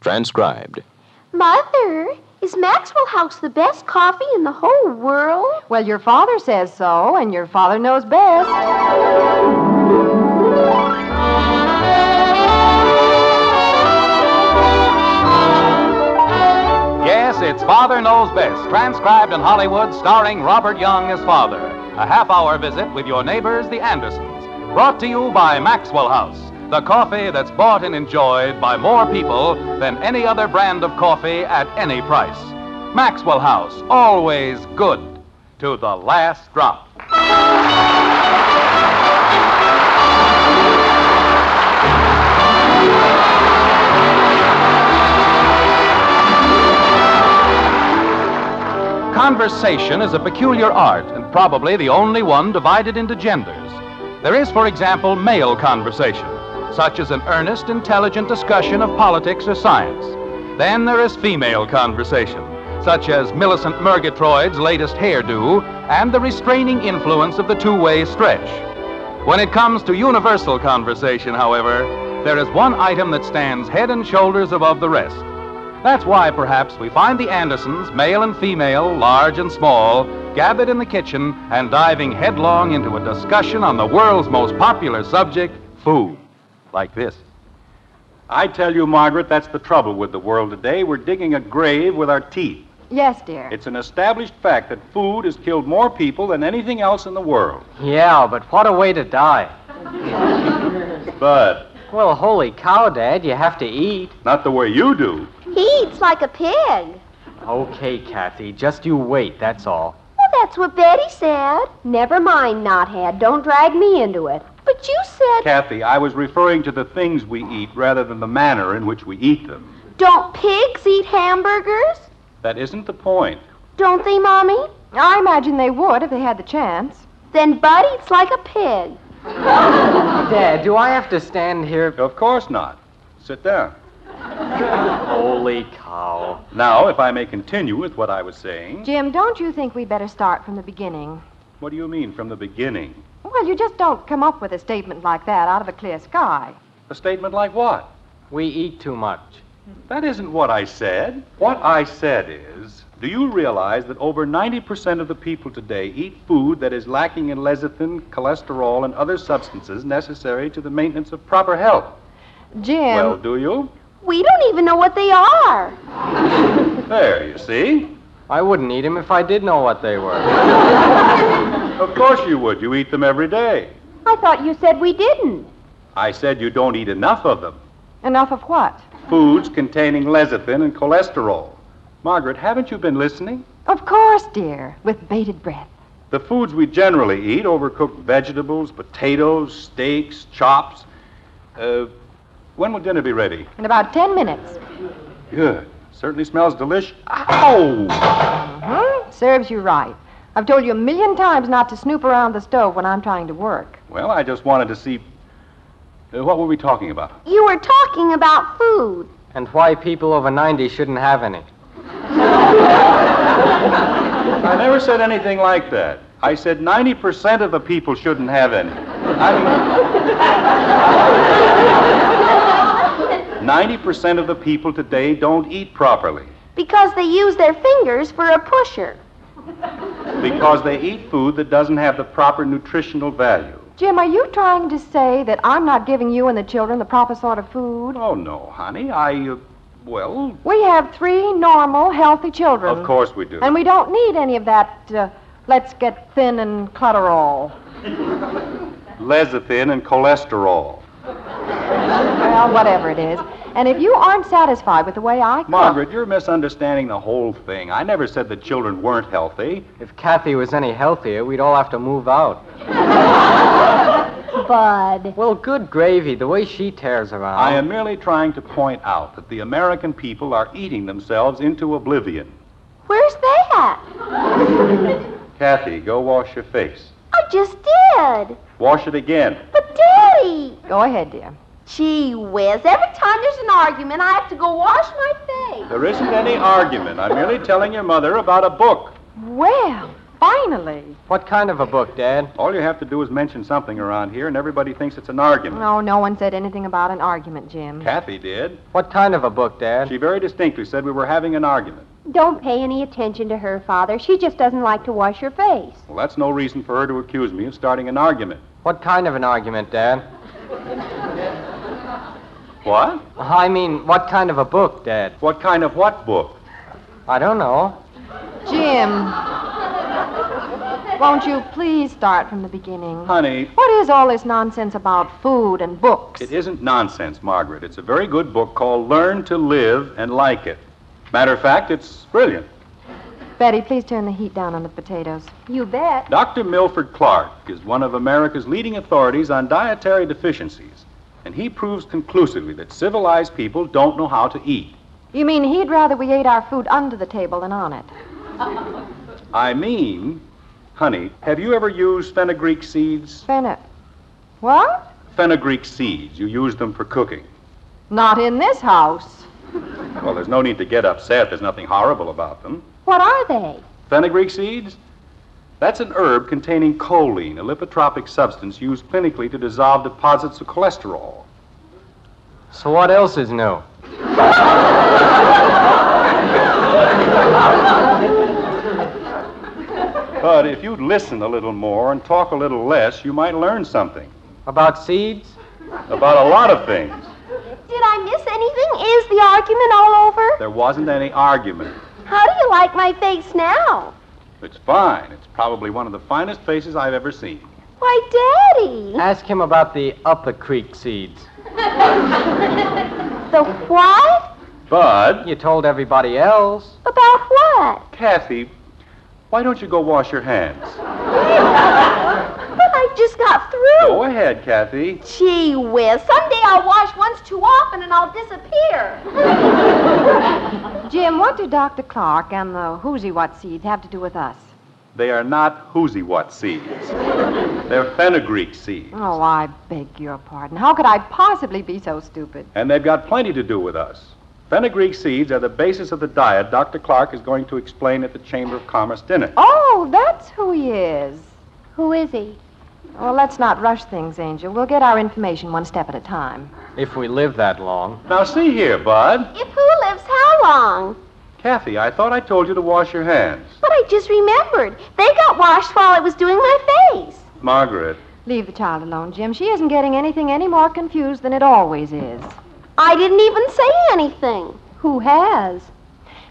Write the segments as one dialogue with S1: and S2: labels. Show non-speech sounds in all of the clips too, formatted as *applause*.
S1: Transcribed.
S2: Mother, is Maxwell House the best coffee in the whole world?
S3: Well, your father says so, and your father knows best.
S4: Yes, it's Father Knows Best, transcribed in Hollywood, starring Robert Young as father. A half hour visit with your neighbors, the Andersons. Brought to you by Maxwell House, the coffee that's bought and enjoyed by more people than any other brand of coffee at any price. Maxwell House, always good to the last drop. Conversation is a peculiar art and probably the only one divided into genders. There is, for example, male conversation, such as an earnest, intelligent discussion of politics or science. Then there is female conversation, such as Millicent Murgatroyd's latest hairdo and the restraining influence of the two way stretch. When it comes to universal conversation, however, there is one item that stands head and shoulders above the rest. That's why, perhaps, we find the Andersons, male and female, large and small, gathered in the kitchen and diving headlong into a discussion on the world's most popular subject, food. Like this.
S5: I tell you, Margaret, that's the trouble with the world today. We're digging a grave with our teeth.
S3: Yes, dear.
S5: It's an established fact that food has killed more people than anything else in the world.
S6: Yeah, but what a way to die.
S5: But
S6: Well, holy cow, Dad, you have to eat.
S5: not the way you do.
S2: He eats like a pig.
S6: Okay, Kathy, just you wait, that's all.
S2: Well, that's what Betty said. Never mind, Knothead. Don't drag me into it. But you said,
S5: Kathy, I was referring to the things we eat rather than the manner in which we eat them.
S2: don't pigs eat hamburgers?
S5: That isn't the point.
S2: Don't they, Mommy?
S3: I imagine they would if they had the chance.
S2: Then Bud eats like a pig.
S6: Dad, do I have to stand here?
S5: Of course not. Sit down.
S6: Holy cow.
S5: Now, if I may continue with what I was saying.
S3: Jim, don't you think we better start from the beginning?
S5: What do you mean from the beginning?
S3: Well, you just don't come up with a statement like that out of a clear sky.
S5: A statement like what?
S6: We eat too much.
S5: That isn't what I said. What I said is, do you realize that over 90% of the people today eat food that is lacking in lecithin, cholesterol, and other substances necessary to the maintenance of proper health?
S3: Jim,
S5: Well, do you?
S2: We don't even know what they are.
S5: There, you see.
S6: I wouldn't eat them if I did know what they were.
S5: *laughs* Of course you would. You eat them every day.
S2: I thought you said we didn't.
S5: I said you don't eat enough of them.
S3: enough of what?
S5: Foods containing lecithin and cholesterol. Margaret, haven't you been listening?
S3: Of course, dear, with bated breath.
S5: The foods we generally eat overcooked vegetables, potatoes, steaks, chops. Uh, when will dinner be ready?
S3: In about ten minutes.
S5: Good. Certainly smells delicious. Ow!
S3: Hmm? Serves you right. I've told you a million times not to snoop around the stove when I'm trying to work.
S5: Well, I just wanted to see. Uh, what were we talking about?
S2: You were talking about food.
S6: And why people over 90 shouldn't have any.
S5: I never said anything like that. I said 90% of the people shouldn't have any. I mean. 90% of the people today don't eat properly
S2: Because they use their fingers for a pusher.
S5: because they eat food that doesn't have the proper nutritional value.
S3: Jim, are you trying to say that I'm not giving you and the children the proper sort of food?
S5: Oh, no, honey. I, uh, well,
S3: We have three normal, healthy children.
S5: of course we do.
S3: And we don't need any of that, uh, let's get thin and clutter all.
S5: Lecithin and cholesterol.
S3: Well, whatever it is. And if you aren't satisfied with the way I cook,
S5: Margaret, you're misunderstanding the whole thing. I never said the children weren't healthy.
S6: If Kathy was any healthier, we'd all have to move out.
S2: Bud.
S6: Well, good gravy, the way she tears around.
S5: I am merely trying to point out that the American people are eating themselves into oblivion.
S2: Where's that?
S5: Kathy, go wash your face.
S2: I just did.
S5: Wash it again.
S2: But Daddy.
S3: go ahead, dear.
S2: Gee whiz, every time there's an argument, I have to go wash my face.
S5: There isn't any argument. I'm merely telling your mother about a book.
S3: Well, Finally.
S6: What kind of a book, Dad?
S5: All you have to do is mention something around here, and everybody thinks it's an argument.
S3: No, no one said anything about an argument, Jim.
S5: Kathy did.
S6: What kind of a book, Dad?
S5: She very distinctly said we were having an argument.
S2: Don't pay any attention to her, Father. She just doesn't like to wash her face.
S5: Well, that's no reason for her to accuse me of starting an argument.
S6: What kind of an argument, Dad?
S5: What?
S6: I mean, what kind of a book, Dad?
S5: What kind of what book?
S6: I don't know.
S3: Jim. Won't you please start from the beginning?
S5: Honey,
S3: What is all this nonsense about food and books?
S5: it isn't nonsense, Margaret. It's a very good book called Learn to Live and Like It. Matter of fact, it's brilliant.
S3: Betty, please turn the heat down on the potatoes.
S2: You bet.
S5: Dr. Milford Clark is one of America's leading authorities on dietary deficiencies, and he proves conclusively that civilized people don't know how to eat.
S3: You mean he'd rather we ate our food under the table than on it?
S5: I mean, honey, have you ever used fenugreek seeds?
S3: Bennett. What?
S5: Fenugreek seeds, you use them for cooking.
S3: Not in this house.
S5: Well, there's no need to get upset. There's nothing horrible about them.
S2: What are they?
S5: Fenugreek seeds? That's an herb containing choline, a lipotropic substance used clinically to dissolve deposits of cholesterol.
S6: So what else is new?
S5: But if you'd listen a little more and talk a little less, you might learn something
S6: About seeds?
S5: about a lot of things.
S2: Did I miss anything? Is the argument all over?
S5: There wasn't any argument.
S2: How do you like my face now?
S5: It's fine. It's probably one of the finest faces I've ever seen.
S2: Why, Daddy.
S6: Ask him about the Upper Creek seeds.
S2: The what?
S5: But,
S6: You told everybody else.
S2: About what? *laughs*
S5: Kathy, why don't you go wash your hands?
S2: But I just got through.
S5: Go ahead, Kathy.
S2: Gee whiz. Someday I'll wash once too often and I'll disappear.
S3: Jim, what do Dr. Clark and the whoozy what seeds have to do with us?
S5: They are not whoozy what seeds. They're fenugreek seeds.
S3: Oh, I beg your pardon. How could I possibly be so stupid?
S5: And they've got plenty to do with us. Fenugreek seeds are the basis of the diet Dr. Clark is going to explain at the Chamber of Commerce dinner.
S3: Oh, that's who he is.
S2: Who is he?
S3: Well, let's not rush things, Angel. We'll get our information one step at a time.
S6: If we live that long.
S5: Now, see here, Bud.
S2: If who lives how long?
S5: Kathy, I thought I told you to wash your hands.
S2: But I just remembered. They got washed while I was doing my face.
S5: Margaret,
S3: Leave the child alone, Jim. She isn't getting anything any more confused than it always is.
S2: I didn't even say anything. Who has?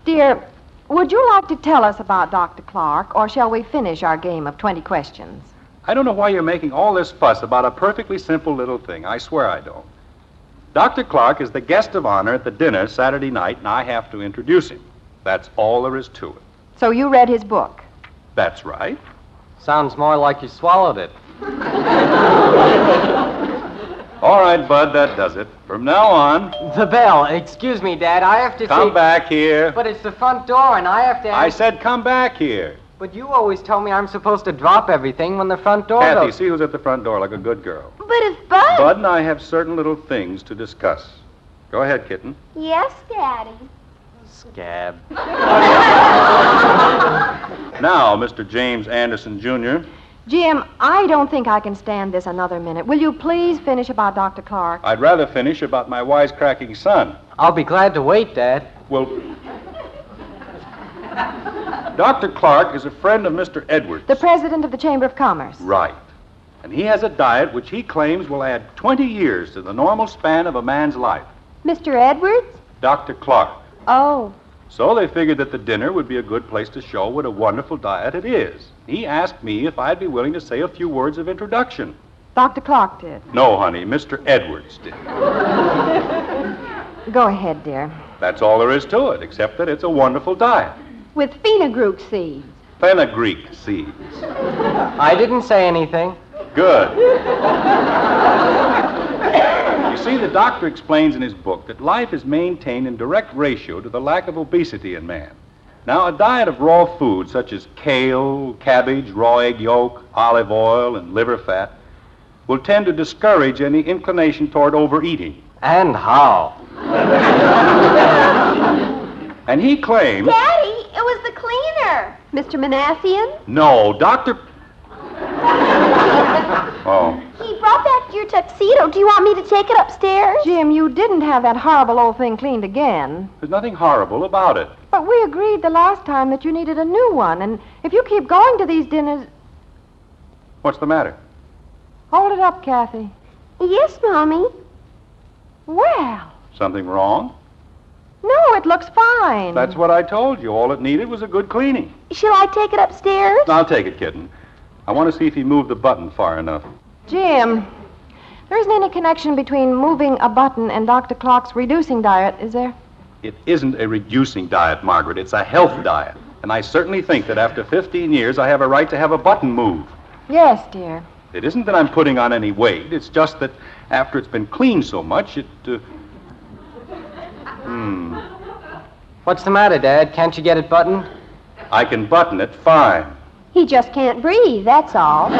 S3: Dear, would you like to tell us about Dr. Clark, or shall we finish our game of 20 questions?
S5: I don't know why you're making all this fuss about a perfectly simple little thing. I swear I don't. Dr. Clark is the guest of honor at the dinner Saturday night, and I have to introduce him. That's all there is to it.
S3: So you read his book.
S5: That's right.
S6: Sounds more like you swallowed it.
S5: All right, Bud, that does it. From now on,
S6: The bell. Excuse me, Dad. I have
S5: *laughs*
S6: to
S5: come
S6: see-
S5: back here.
S6: But it's the front door, and I have to.
S5: I
S6: Ask...
S5: said come back here.
S6: But you always told me I'm supposed to drop everything when the front door.
S5: Kathy,
S6: goes-
S5: see who's at the front door like a good girl.
S2: But if Bud.
S5: Bud and I have certain little things to discuss. Go ahead, kitten.
S2: Yes, Daddy.
S6: Scab.
S5: Now, Mr. James Anderson Jr.,
S3: Jim, I don't think I can stand this another minute. Will you please finish about Dr. Clark?
S5: I'd rather finish about my wisecracking son.
S6: I'll be glad to wait, Dad.
S5: Well, Dr. Clark is a friend of Mr. Edwards.
S3: The president of the Chamber of Commerce.
S5: right. And he has a diet which he claims will add 20 years to the normal span of a man's life.
S2: Mr. Edwards?
S5: Dr. Clark.
S2: Oh.
S5: So they figured that the dinner would be a good place to show what a wonderful diet it is. He asked me if I'd be willing to say a few words of introduction.
S3: Dr. Clark did.
S5: No, honey, Mr. Edwards did.
S3: Go ahead, dear.
S5: That's all there is to it, except that it's a wonderful diet.
S2: With phenogroup seeds.
S5: Fenugreek seeds.
S6: I didn't say anything.
S5: Good. you see, the doctor explains in his book that life is maintained in direct ratio to the lack of obesity in man. Now, a diet of raw food such as kale, cabbage, raw egg yolk, olive oil, and liver fat will tend to discourage any inclination toward overeating.
S6: And how?
S5: And he claims
S2: Daddy, it was the cleaner. Mr. Manassian?
S5: No, Dr. oh.
S2: He brought back your tuxedo. Do you want me to take it upstairs?
S3: Jim, you didn't have that horrible old thing cleaned again.
S5: There's nothing horrible about it.
S3: But we agreed the last time that you needed a new one, and if you keep going to these dinners.
S5: What's the matter?
S3: Hold it up, Kathy.
S2: Yes, Mommy.
S3: Well,
S5: Something wrong?
S3: no, it looks fine.
S5: That's what I told you. All it needed was a good cleaning.
S2: Shall I take it upstairs?
S5: I'll take it, kitten. I want to see if he moved the button far enough.
S3: Jim, there isn't any connection between moving a button and Dr. Clark's reducing diet, is there?
S5: It isn't a reducing diet, Margaret. It's a health diet. And I certainly think that after 15 years, I have a right to have a button moved.
S3: Yes, dear.
S5: It isn't that I'm putting on any weight. It's just that after it's been cleaned so much, it. Uh,
S6: What's the matter, Dad? Can't you get it buttoned?
S5: I can button it fine.
S2: He just can't breathe, that's all.
S3: *laughs*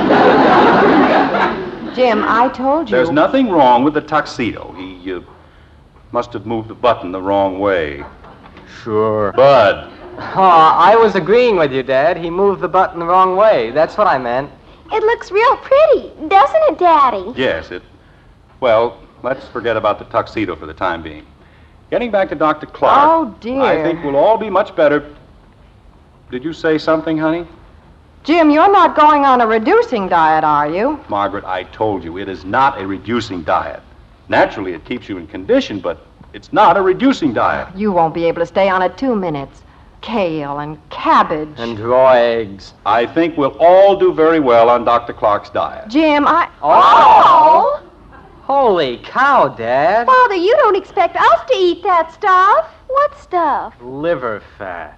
S3: Jim, I told you.
S5: There's nothing wrong with the tuxedo. He uh, must have moved the button the wrong way.
S6: Sure.
S5: Bud,
S6: Oh, I was agreeing with you, Dad. He moved the button the wrong way. That's what I meant.
S2: It looks real pretty, doesn't it, Daddy?
S5: yes, it. Well, let's forget about the tuxedo for the time being. Getting back to Dr. Clark.
S3: Oh, dear.
S5: I think we'll all be much better. Did you say something, honey?
S3: Jim, you're not going on a reducing diet, are you?
S5: Margaret, I told you, it is not a reducing diet. Naturally, it keeps you in condition, but it's not a reducing diet.
S3: You won't be able to stay on it two minutes. Kale and cabbage.
S6: And raw eggs.
S5: I think we'll all do very well on Dr. Clark's diet.
S3: Jim, I.
S6: Oh! Holy cow, Dad.
S2: Father, you don't expect us to eat that stuff. What stuff?
S6: Liver fat.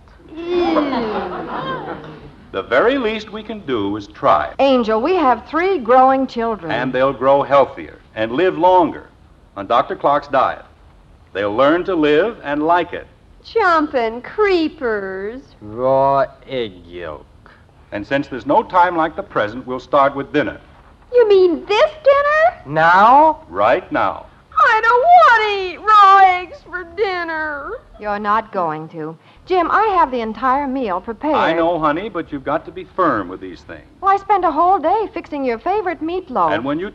S5: The very least we can do is try,
S3: Angel, we have three growing children.
S5: and they'll grow healthier and live longer on Dr. Clark's diet. They'll learn to live and like it.
S2: Jumping creepers.
S6: Raw egg yolk.
S5: And since there's no time like the present, we'll start with dinner
S2: You mean this dinner?
S6: Now?
S5: right now.
S2: I don't want to eat raw eggs for dinner.
S3: You're not going to. Jim, I have the entire meal prepared.
S5: I know, honey, but you've got to be firm with these things.
S3: Well, I spent a whole day fixing your favorite meatloaf.
S5: And when you.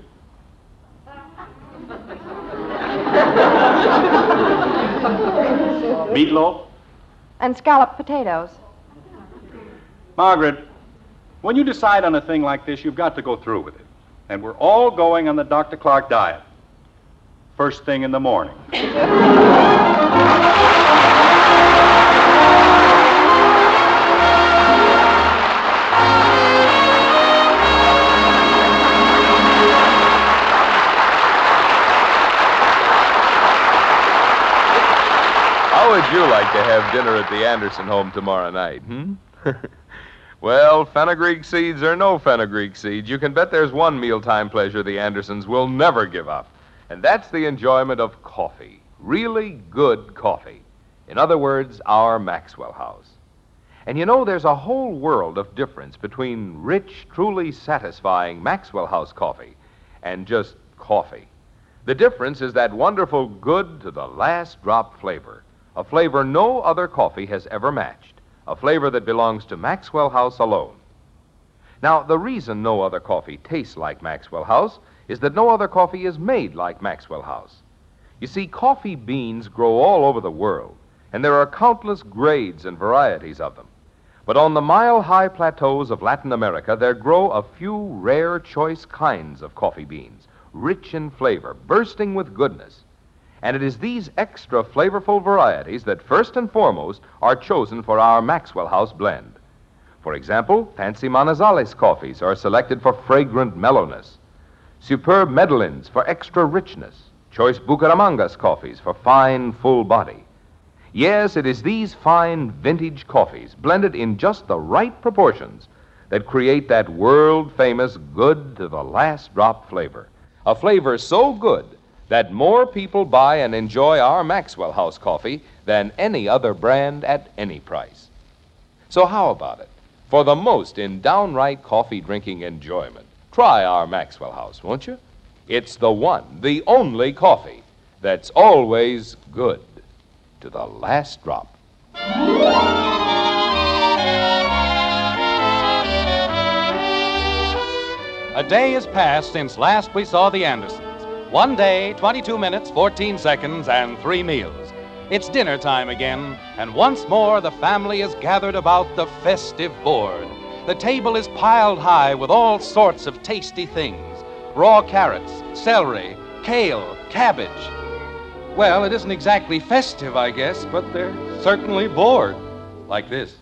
S5: Meatloaf?
S3: and scalloped potatoes.
S5: Margaret, when you decide on a thing like this, you've got to go through with it. And we're all going on the Dr. Clark diet. First thing in the morning.
S1: How would you like to have dinner at the Anderson home tomorrow night, hmm? well, fenugreek seeds or no fenugreek seeds, you can bet there's one mealtime pleasure the Andersons will never give up, and that's the enjoyment of coffee. Really good coffee. In other words, our Maxwell House. And you know, there's a whole world of difference between rich, truly satisfying Maxwell House coffee and just coffee. The difference is that wonderful good to the last drop flavor, a flavor no other coffee has ever matched, a flavor that belongs to Maxwell House alone. Now, the reason no other coffee tastes like Maxwell House is that no other coffee is made like Maxwell House. You see, coffee beans grow all over the world, and there are countless grades and varieties of them. But on the mile high plateaus of Latin America, there grow a few rare, choice kinds of coffee beans, rich in flavor, bursting with goodness. And it is these extra flavorful varieties that first and foremost are chosen for our Maxwell House blend. For example, fancy Manizales coffees are selected for fragrant mellowness, superb Medellins for extra richness, choice Bucaramangas coffees for fine, full body. Yes, it is these fine vintage coffees, blended in just the right proportions, that create that world famous good to the last drop flavor. A flavor so good that more people buy and enjoy our Maxwell House coffee than any other brand at any price. So, how about it? For the most in downright coffee drinking enjoyment, try our Maxwell House, won't you? It's the one, the only coffee that's always good to the last drop.
S4: A day has passed since last we saw the Andersons. One day, 22 minutes, 14 seconds, and three meals. It's dinner time again, and once more the family is gathered about the festive board. The table is piled high with all sorts of tasty things raw carrots, celery, kale, cabbage. Well, it isn't exactly festive, I guess, but they're certainly bored. Like this.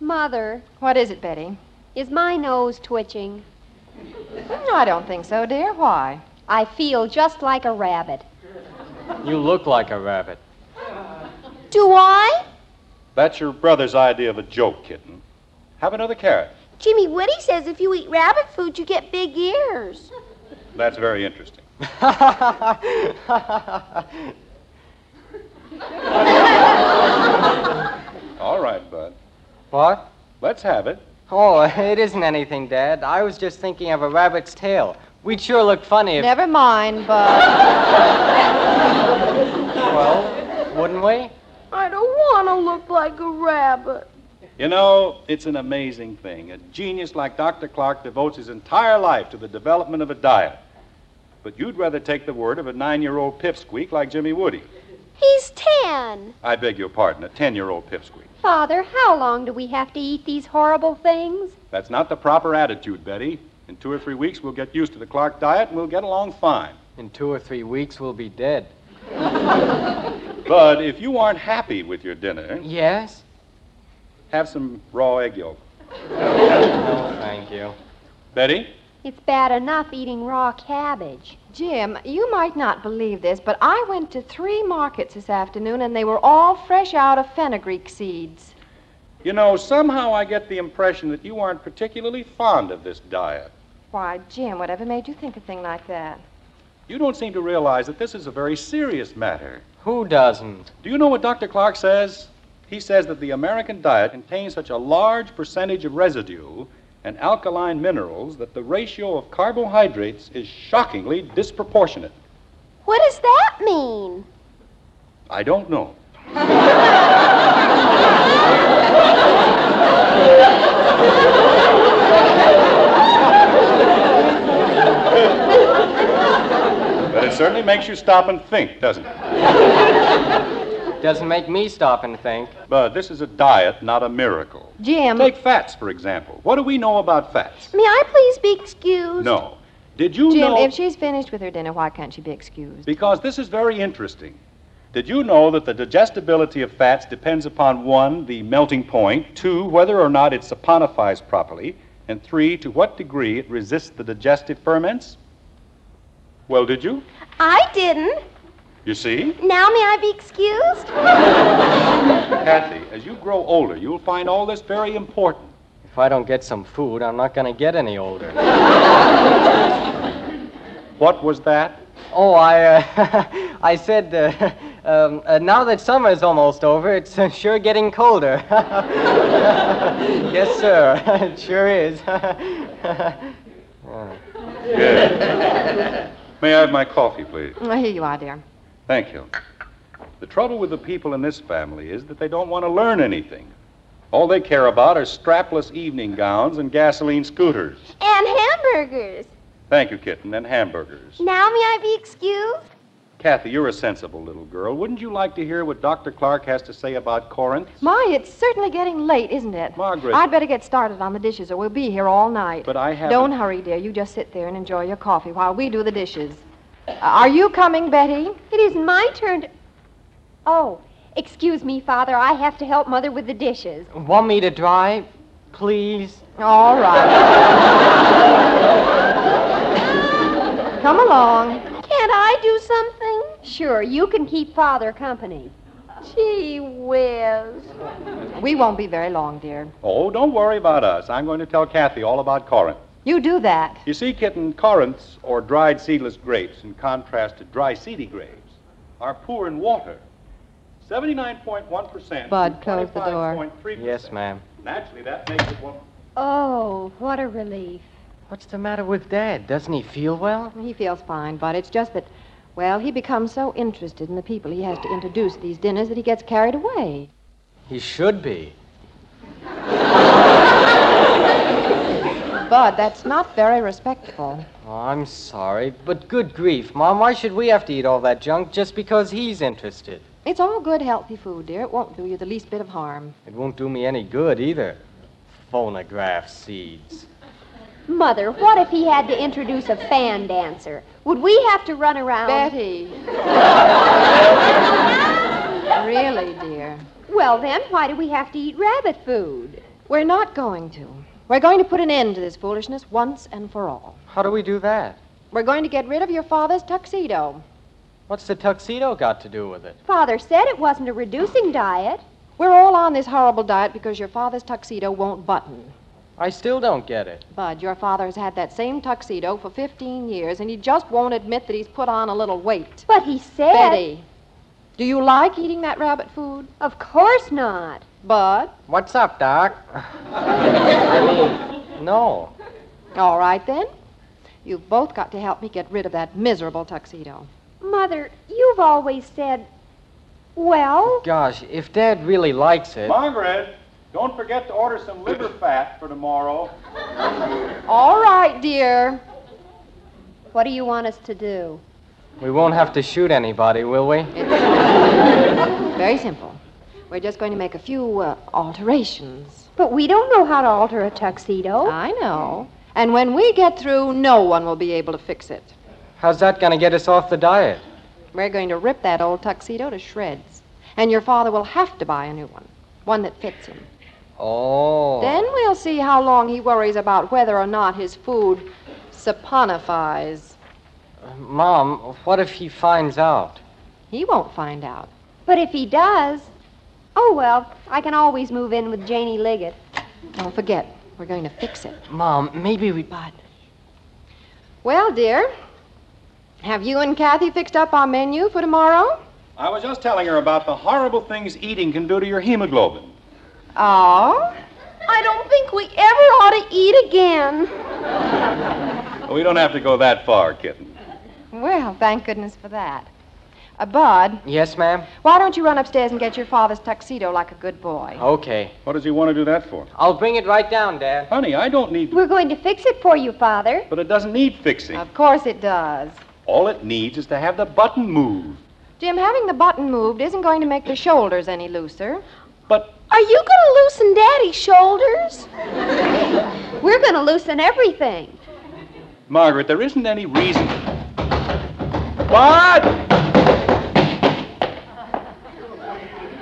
S2: Mother,
S3: What is it, Betty?
S2: is my nose twitching?
S3: Mm, I don't think so, dear. Why?
S2: I feel just like a rabbit.
S6: You look like a rabbit. *laughs*
S2: Do I?
S5: That's your brother's idea of a joke, kitten. Have another carrot.
S2: Jimmy Whitty says if you eat rabbit food, you get big ears.
S5: That's very interesting. All right, bud.
S6: what?
S5: Let's have it.
S6: Oh, *laughs* it isn't anything, Dad. I was just thinking of a rabbit's tail. We'd sure look funny if.
S3: Never mind, Bud.
S6: Well, *laughs* wouldn't we?
S2: I don't want to look like a rabbit.
S5: You know, it's an amazing thing. A genius like Dr. Clark devotes his entire life to the development of a diet. But you'd rather take the word of a nine year old pipsqueak like Jimmy Woody.
S2: He's ten.
S5: I beg your pardon, a 10 year old pipsqueak.
S2: Father, how long do we have to eat these horrible things?
S5: That's not the proper attitude, Betty. In two or three weeks, we'll get used to the Clark diet and we'll get along fine.
S6: In two or three weeks, we'll be dead.
S5: But if you aren't happy with your dinner,
S6: Yes?
S5: have some raw egg yolk.
S6: Thank you.
S5: Betty?
S2: It's bad enough eating raw cabbage.
S3: Jim, you might not believe this, but I went to three markets this afternoon and they were all fresh out of fenugreek seeds.
S5: You know, somehow I get the impression that you aren't particularly fond of this diet.
S3: Why, Jim, whatever made you think a thing like that?
S5: You don't seem to realize that this is a very serious matter.
S6: Who doesn't?
S5: Do you know what Dr. Clark says? He says that the American diet contains such a large percentage of residue and alkaline minerals that the ratio of carbohydrates is shockingly disproportionate.
S2: What does that mean?
S5: I don't know. but it certainly makes you stop and think, doesn't it?
S6: Doesn't make me stop and think.
S5: But Uh, this is a diet, not a miracle.
S3: Jim,
S5: Take fats, for example. What do we know about fats?
S2: May I please be excused?
S5: No. Did you
S3: Jim,
S5: know?
S3: if she's finished with her dinner, why can't she be excused?
S5: Because this is very interesting. Did you know that the digestibility of fats depends upon one, the melting point, two, whether or not it saponifies properly, and three, to what degree it resists the digestive ferments? Well, did you?
S2: I didn't.
S5: You see?
S2: Now may I be excused?
S5: Kathy, as you grow older, you'll find all this very important.
S6: If I don't get some food, I'm not going to get any older.
S5: What was that?
S6: Oh, I, uh, *laughs* I said, uh, um, uh, now that summer's almost over, it's uh, sure getting colder. *laughs* yes, sir. *laughs* it sure is.
S5: May I have my coffee, please?
S3: Oh, here you are, dear.
S5: Thank you. The trouble with the people in this family is that they don't want to learn anything. All they care about are strapless evening gowns and gasoline scooters.
S2: And hamburgers.
S5: Thank you, kitten, and hamburgers.
S2: Now may I be excused?
S5: Kathy, you're a sensible little girl. Wouldn't you like to hear what Dr. Clark has to say about Corinth?
S3: My, it's certainly getting late, isn't it?
S5: Margaret.
S3: I'd better get started on the dishes or we'll be here all night.
S5: But I haven't-
S3: Don't hurry, dear. You just sit there and enjoy your coffee while we do the dishes. Uh, are you coming, Betty?
S2: It is my turn to. Oh, excuse me, Father. I have to help Mother with the dishes.
S6: Want me to drive? Please?
S3: All right. *laughs* Come along.
S2: Can't I do something? Sure, you can keep Father company. Gee whiz.
S3: We won't be very long, dear.
S5: Oh, don't worry about us. I'm going to tell Kathy all about Corinth.
S3: You do that.
S5: You see, kitten, Corinths, or dried seedless grapes, in contrast to dry seedy grapes, are poor in water. 79.1%.
S3: Bud, close the door.
S5: 25.3%.
S6: Yes, ma'am.
S5: Naturally, that makes it one.
S2: Oh, what a relief.
S6: What's the matter with Dad? Doesn't he feel well?
S3: He feels fine, but it's just that, well, he becomes so interested in the people he has to introduce at these dinners that he gets carried away.
S6: He should be.
S3: Bud, that's not very respectful.
S6: Oh, I'm sorry, but good grief, Mom, why should we have to eat all that junk just because he's interested?
S3: It's all good, healthy food, dear. It won't do you the least bit of harm.
S6: It won't do me any good either. Phonograph seeds.
S2: Mother, what if he had to introduce a fan dancer? Would we have to run around?
S3: Betty. *laughs* really, dear.
S2: Well, then, why do we have to eat rabbit food?
S3: We're not going to. We're going to put an end to this foolishness once and for all.
S6: How do we do that?
S3: We're going to get rid of your father's tuxedo.
S6: What's the tuxedo got to do with it?
S2: Father said it wasn't a reducing diet.
S3: We're all on this horrible diet because your father's tuxedo won't button.
S6: I still don't get it.
S3: Bud, your father has had that same tuxedo for 15 years, and he just won't admit that he's put on a little weight.
S2: But he said.
S3: Betty, do you like eating that rabbit food?
S2: Of course not.
S3: Bud?
S6: What's up, Doc? *laughs* I mean, no.
S3: All right, then. You've both got to help me get rid of that miserable tuxedo.
S2: Mother, you've always said. Well,
S6: Gosh, if Dad really likes it.
S5: Margaret, don't forget to order some liver fat for tomorrow.
S3: All right, dear.
S2: what do you want us to do?
S6: We won't have to shoot anybody, will we?
S3: *laughs* Very simple. We're just going to make a few uh, alterations.
S2: But we don't know how to alter a tuxedo.
S3: I know. And when we get through, no one will be able to fix it.
S6: How's that gonna get us off the diet?
S3: We're going to rip that old tuxedo to shreds. And your father will have to buy a new one, one that fits him.
S6: Oh.
S3: Then we'll see how long he worries about whether or not his food saponifies.
S6: Mom, what if he finds out?
S3: He won't find out.
S2: But if he does, oh well, I can always move in with Janie Liggett.
S3: Don't forget, we're going to fix it.
S6: Mom, maybe we. Bud.
S3: Well, dear, have you and Kathy fixed up our menu for tomorrow?
S5: I was just telling her about the horrible things eating can do to your hemoglobin.
S3: Oh?
S2: I don't think we ever ought to eat again.
S5: We don't have to go that far, kitten.
S3: Well, thank goodness for that. Uh, Bud,
S6: Yes, ma'am?
S3: why don't you run upstairs and get your father's tuxedo like a good boy?
S6: Okay.
S5: What does he want to do that for?
S6: I'll bring it right down, Dad.
S5: Honey, I don't need.
S2: We're going to fix it for you, Father.
S5: But it doesn't need fixing.
S3: Of course it does.
S5: All it needs is to have the button moved.
S3: Jim, having the button moved isn't going to make the shoulders any looser.
S5: But
S2: Are you going to loosen Daddy's
S3: *laughs*
S2: shoulders? We're going to loosen everything.
S5: Margaret, there isn't any reason. Bud!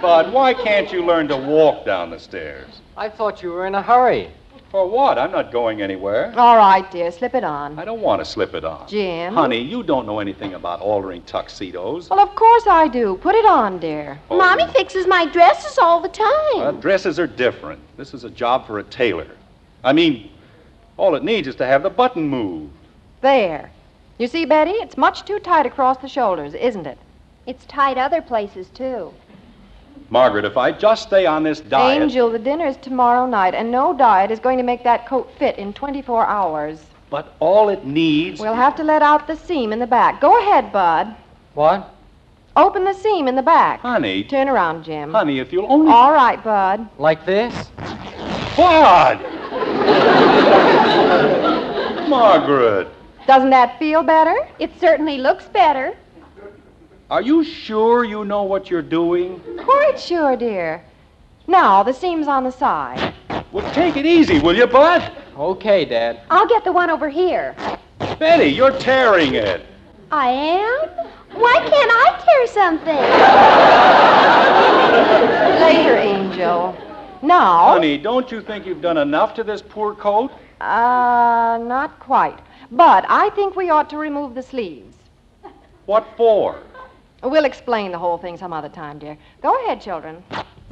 S5: Bud, why can't you learn to walk down the stairs?
S6: I thought you were in a hurry.
S5: For what? I'm not going anywhere.
S3: All right, dear, slip it on.
S5: I don't want to slip it on.
S3: Jim?
S5: Honey, you don't know anything about altering tuxedos.
S3: Well, of course I do. Put it on, dear.
S5: Oh,
S2: Mommy fixes my dresses all the time.
S3: Oh.
S5: Well, Uh, dresses are different. This is a job for a tailor. I mean, all it needs is to have the button moved.
S3: There. You see, Betty, it's much too tight across the shoulders, isn't it?
S2: It's tight other places, too.
S5: Margaret, if I just stay on this diet.
S3: Angel, the dinner is tomorrow night, and no diet is going to make that coat fit in 24 hours.
S5: But all it needs.
S3: We'll have to let out the seam in the back. Go ahead, Bud.
S6: What?
S3: Open the seam in the back.
S5: Honey,
S3: Turn around, Jim.
S5: honey, if you'll only.
S3: All right, Bud.
S6: Like this?
S5: Bud! Margaret,
S3: Doesn't that feel better?
S2: It certainly looks better.
S5: are you sure you know what you're doing?
S3: Quite sure, dear. Now, the seam's on the side.
S5: Well, take it easy, will you, Bud?
S6: Okay, Dad.
S2: I'll get the one over here.
S5: Betty, you're tearing it.
S2: I am? Why can't I tear something?
S3: Later, Angel. Now.
S5: Honey, don't you think you've done enough to this poor coat?
S3: Uh, not quite. But I think we ought to remove the sleeves.
S5: What for?
S3: We'll explain the whole thing some other time, dear. Go ahead, children.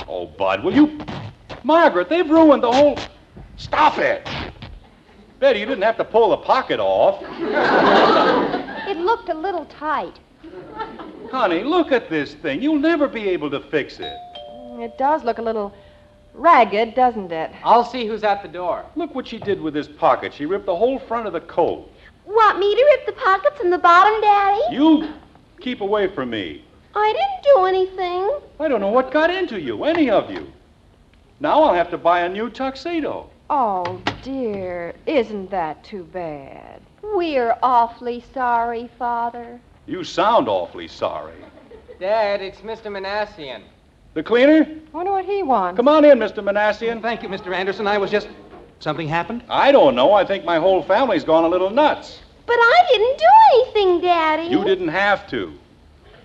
S5: Oh, Bud, will you? Margaret, they've ruined the whole. Stop it! Betty, you didn't have to pull the pocket off.
S2: It looked a little tight.
S5: Honey, look at this thing. You'll never be able to fix it.
S3: It does look a little ragged, doesn't it?
S6: I'll see who's at the door.
S5: Look what she did with this pocket. She ripped the whole front of the coat.
S2: Want me to rip the pockets in the bottom, Daddy?
S5: You keep away from me.
S2: I didn't do anything.
S5: I don't know what got into you, any of you. Now I'll have to buy a new tuxedo.
S3: Oh, dear. Isn't that too bad?
S2: We're awfully sorry, Father.
S7: You sound awfully sorry.
S6: Dad, it's Mr. Manassian.
S7: The cleaner?
S3: Wonder what he wants.
S7: Come on in, Mr. Manassian.
S8: Thank you, Mr. Anderson. I was just. Something happened?
S7: I don't know. I think my whole family's gone a little nuts.
S2: But I didn't do anything, Daddy.
S7: You didn't have to.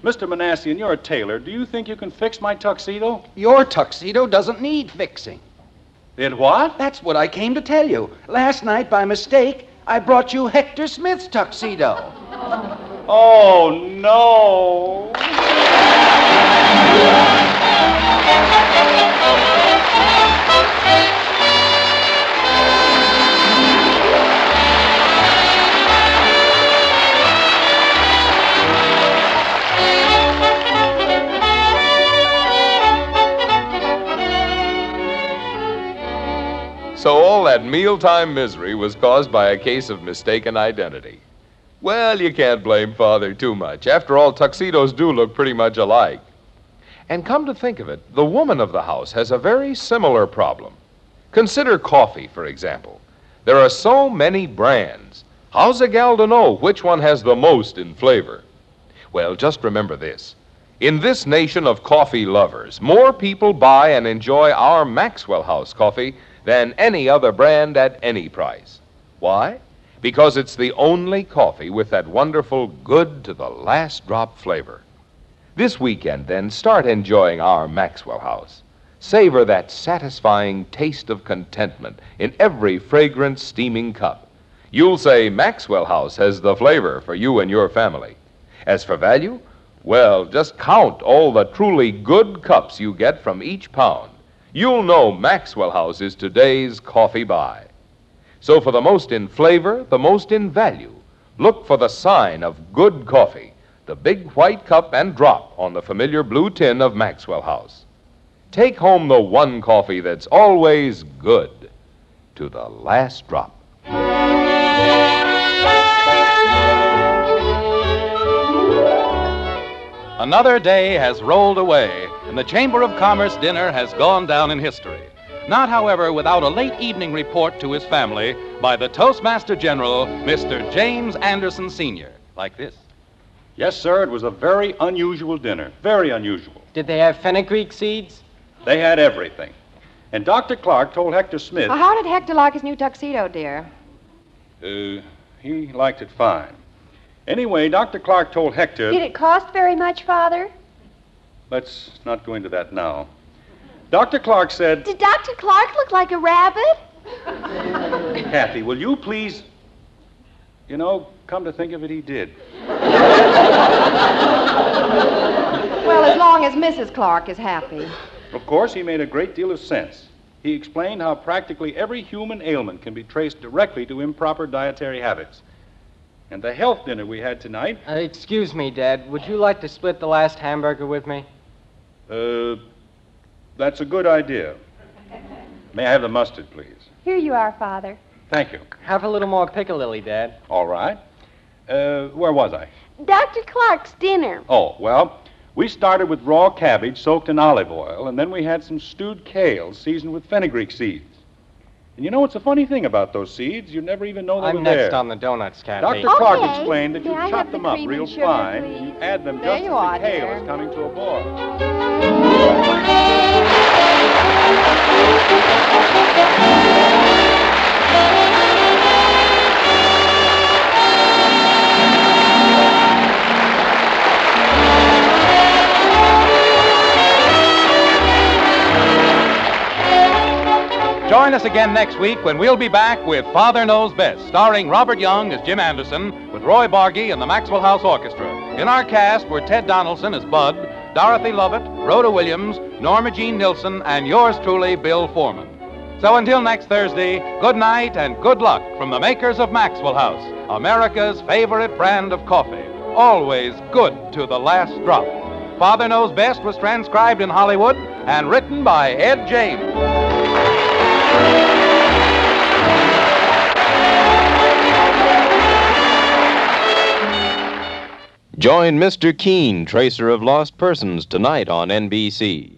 S7: Mr. Manassian, you're a tailor. Do you think you can fix my tuxedo?
S9: Your tuxedo doesn't need fixing.
S7: It what?
S9: That's what I came to tell you. Last night, by mistake, I brought you Hector Smith's tuxedo.
S7: Oh, no.
S5: So all that mealtime misery was caused by a case of mistaken identity. Well, you can't blame Father too much. After all, tuxedos do look pretty much alike. And come to think of it, the woman of the house has a very similar problem. Consider coffee, for example. There are so many brands. How's a gal to know which one has the most in flavor? Well, just remember this. In this nation of coffee lovers, more people buy and enjoy our Maxwell House coffee than any other brand at any price. Why? Because it's the only coffee with that wonderful good to the last drop flavor. This weekend, then, start enjoying our Maxwell House. Savor that satisfying taste of contentment in every fragrant steaming cup. You'll say Maxwell House has the flavor for you and your family. As for value, well, just count all the truly good cups you get from each pound. You'll know Maxwell House is today's coffee buy. So, for the most in flavor, the most in value, look for the sign of good coffee, the big white cup and drop on the familiar blue tin of Maxwell House. Take home the one coffee that's always good to the last drop.
S8: Another day has rolled away, and the Chamber of Commerce dinner has gone down in history. Not, however, without a late evening report to his family by the Toastmaster General, Mr. James Anderson Sr., like this.
S7: Yes, sir, it was a very unusual dinner. Very unusual.
S6: Did they have fenugreek seeds?
S7: They had everything. And Dr. Clark told Hector Smith
S3: Now, how did Hector like his new tuxedo, dear?
S7: uh, he liked it fine. Anyway, Dr. Clark told Hector.
S2: Did it cost very much, Father?
S7: Let's not go into that now. Dr. Clark said,
S2: Did Dr. Clark look like a rabbit?
S7: Kathy, will you please. You know, come to think of it, he did.
S3: Well, as long as Mrs. Clark is happy.
S7: Of course, he made a great deal of sense. He explained how practically every human ailment can be traced directly to improper dietary habits. And the health dinner we had tonight,
S6: Uh, excuse me, Dad. Would you like to split the last hamburger with me?
S7: uh, that's a good idea. May I have the mustard, please?
S2: Here you are, Father.
S7: Thank you.
S6: Have a little more piccalilli, Dad.
S7: All right. Uh, where was I?
S2: Dr. Clark's dinner.
S7: Oh, well, we started with raw cabbage soaked in olive oil, and then we had some stewed kale seasoned with fenugreek seeds. And you know what's a funny thing about those seeds? You never even know they
S6: I'm
S7: were
S6: next
S7: there.
S6: on the donuts, Kathy.
S7: Dr. Clark
S2: Okay.
S7: explained that you
S2: May I
S7: chop
S2: have
S7: them
S2: the
S7: up
S2: cream
S7: real
S2: and sugar,
S7: fine, and you
S2: please?
S7: add them
S3: There
S7: just
S3: you
S7: as the
S3: are,
S7: kale
S3: dear.
S7: is coming to a boil.
S8: Join us again next week when we'll be back with Father Knows Best, starring Robert Young as Jim Anderson, with Roy Bargy and the Maxwell House Orchestra. In our cast were Ted Donaldson as Bud, Dorothy Lovett, Rhoda Williams, Norma Jean Nilsson, and yours truly, Bill Foreman. So until next Thursday, good night and good luck from the makers of Maxwell House, America's favorite brand of coffee. Always good to the last drop. Father Knows Best was transcribed in Hollywood and written by Ed James.
S1: Join Mr. Keene, Tracer of Lost Persons, tonight on NBC.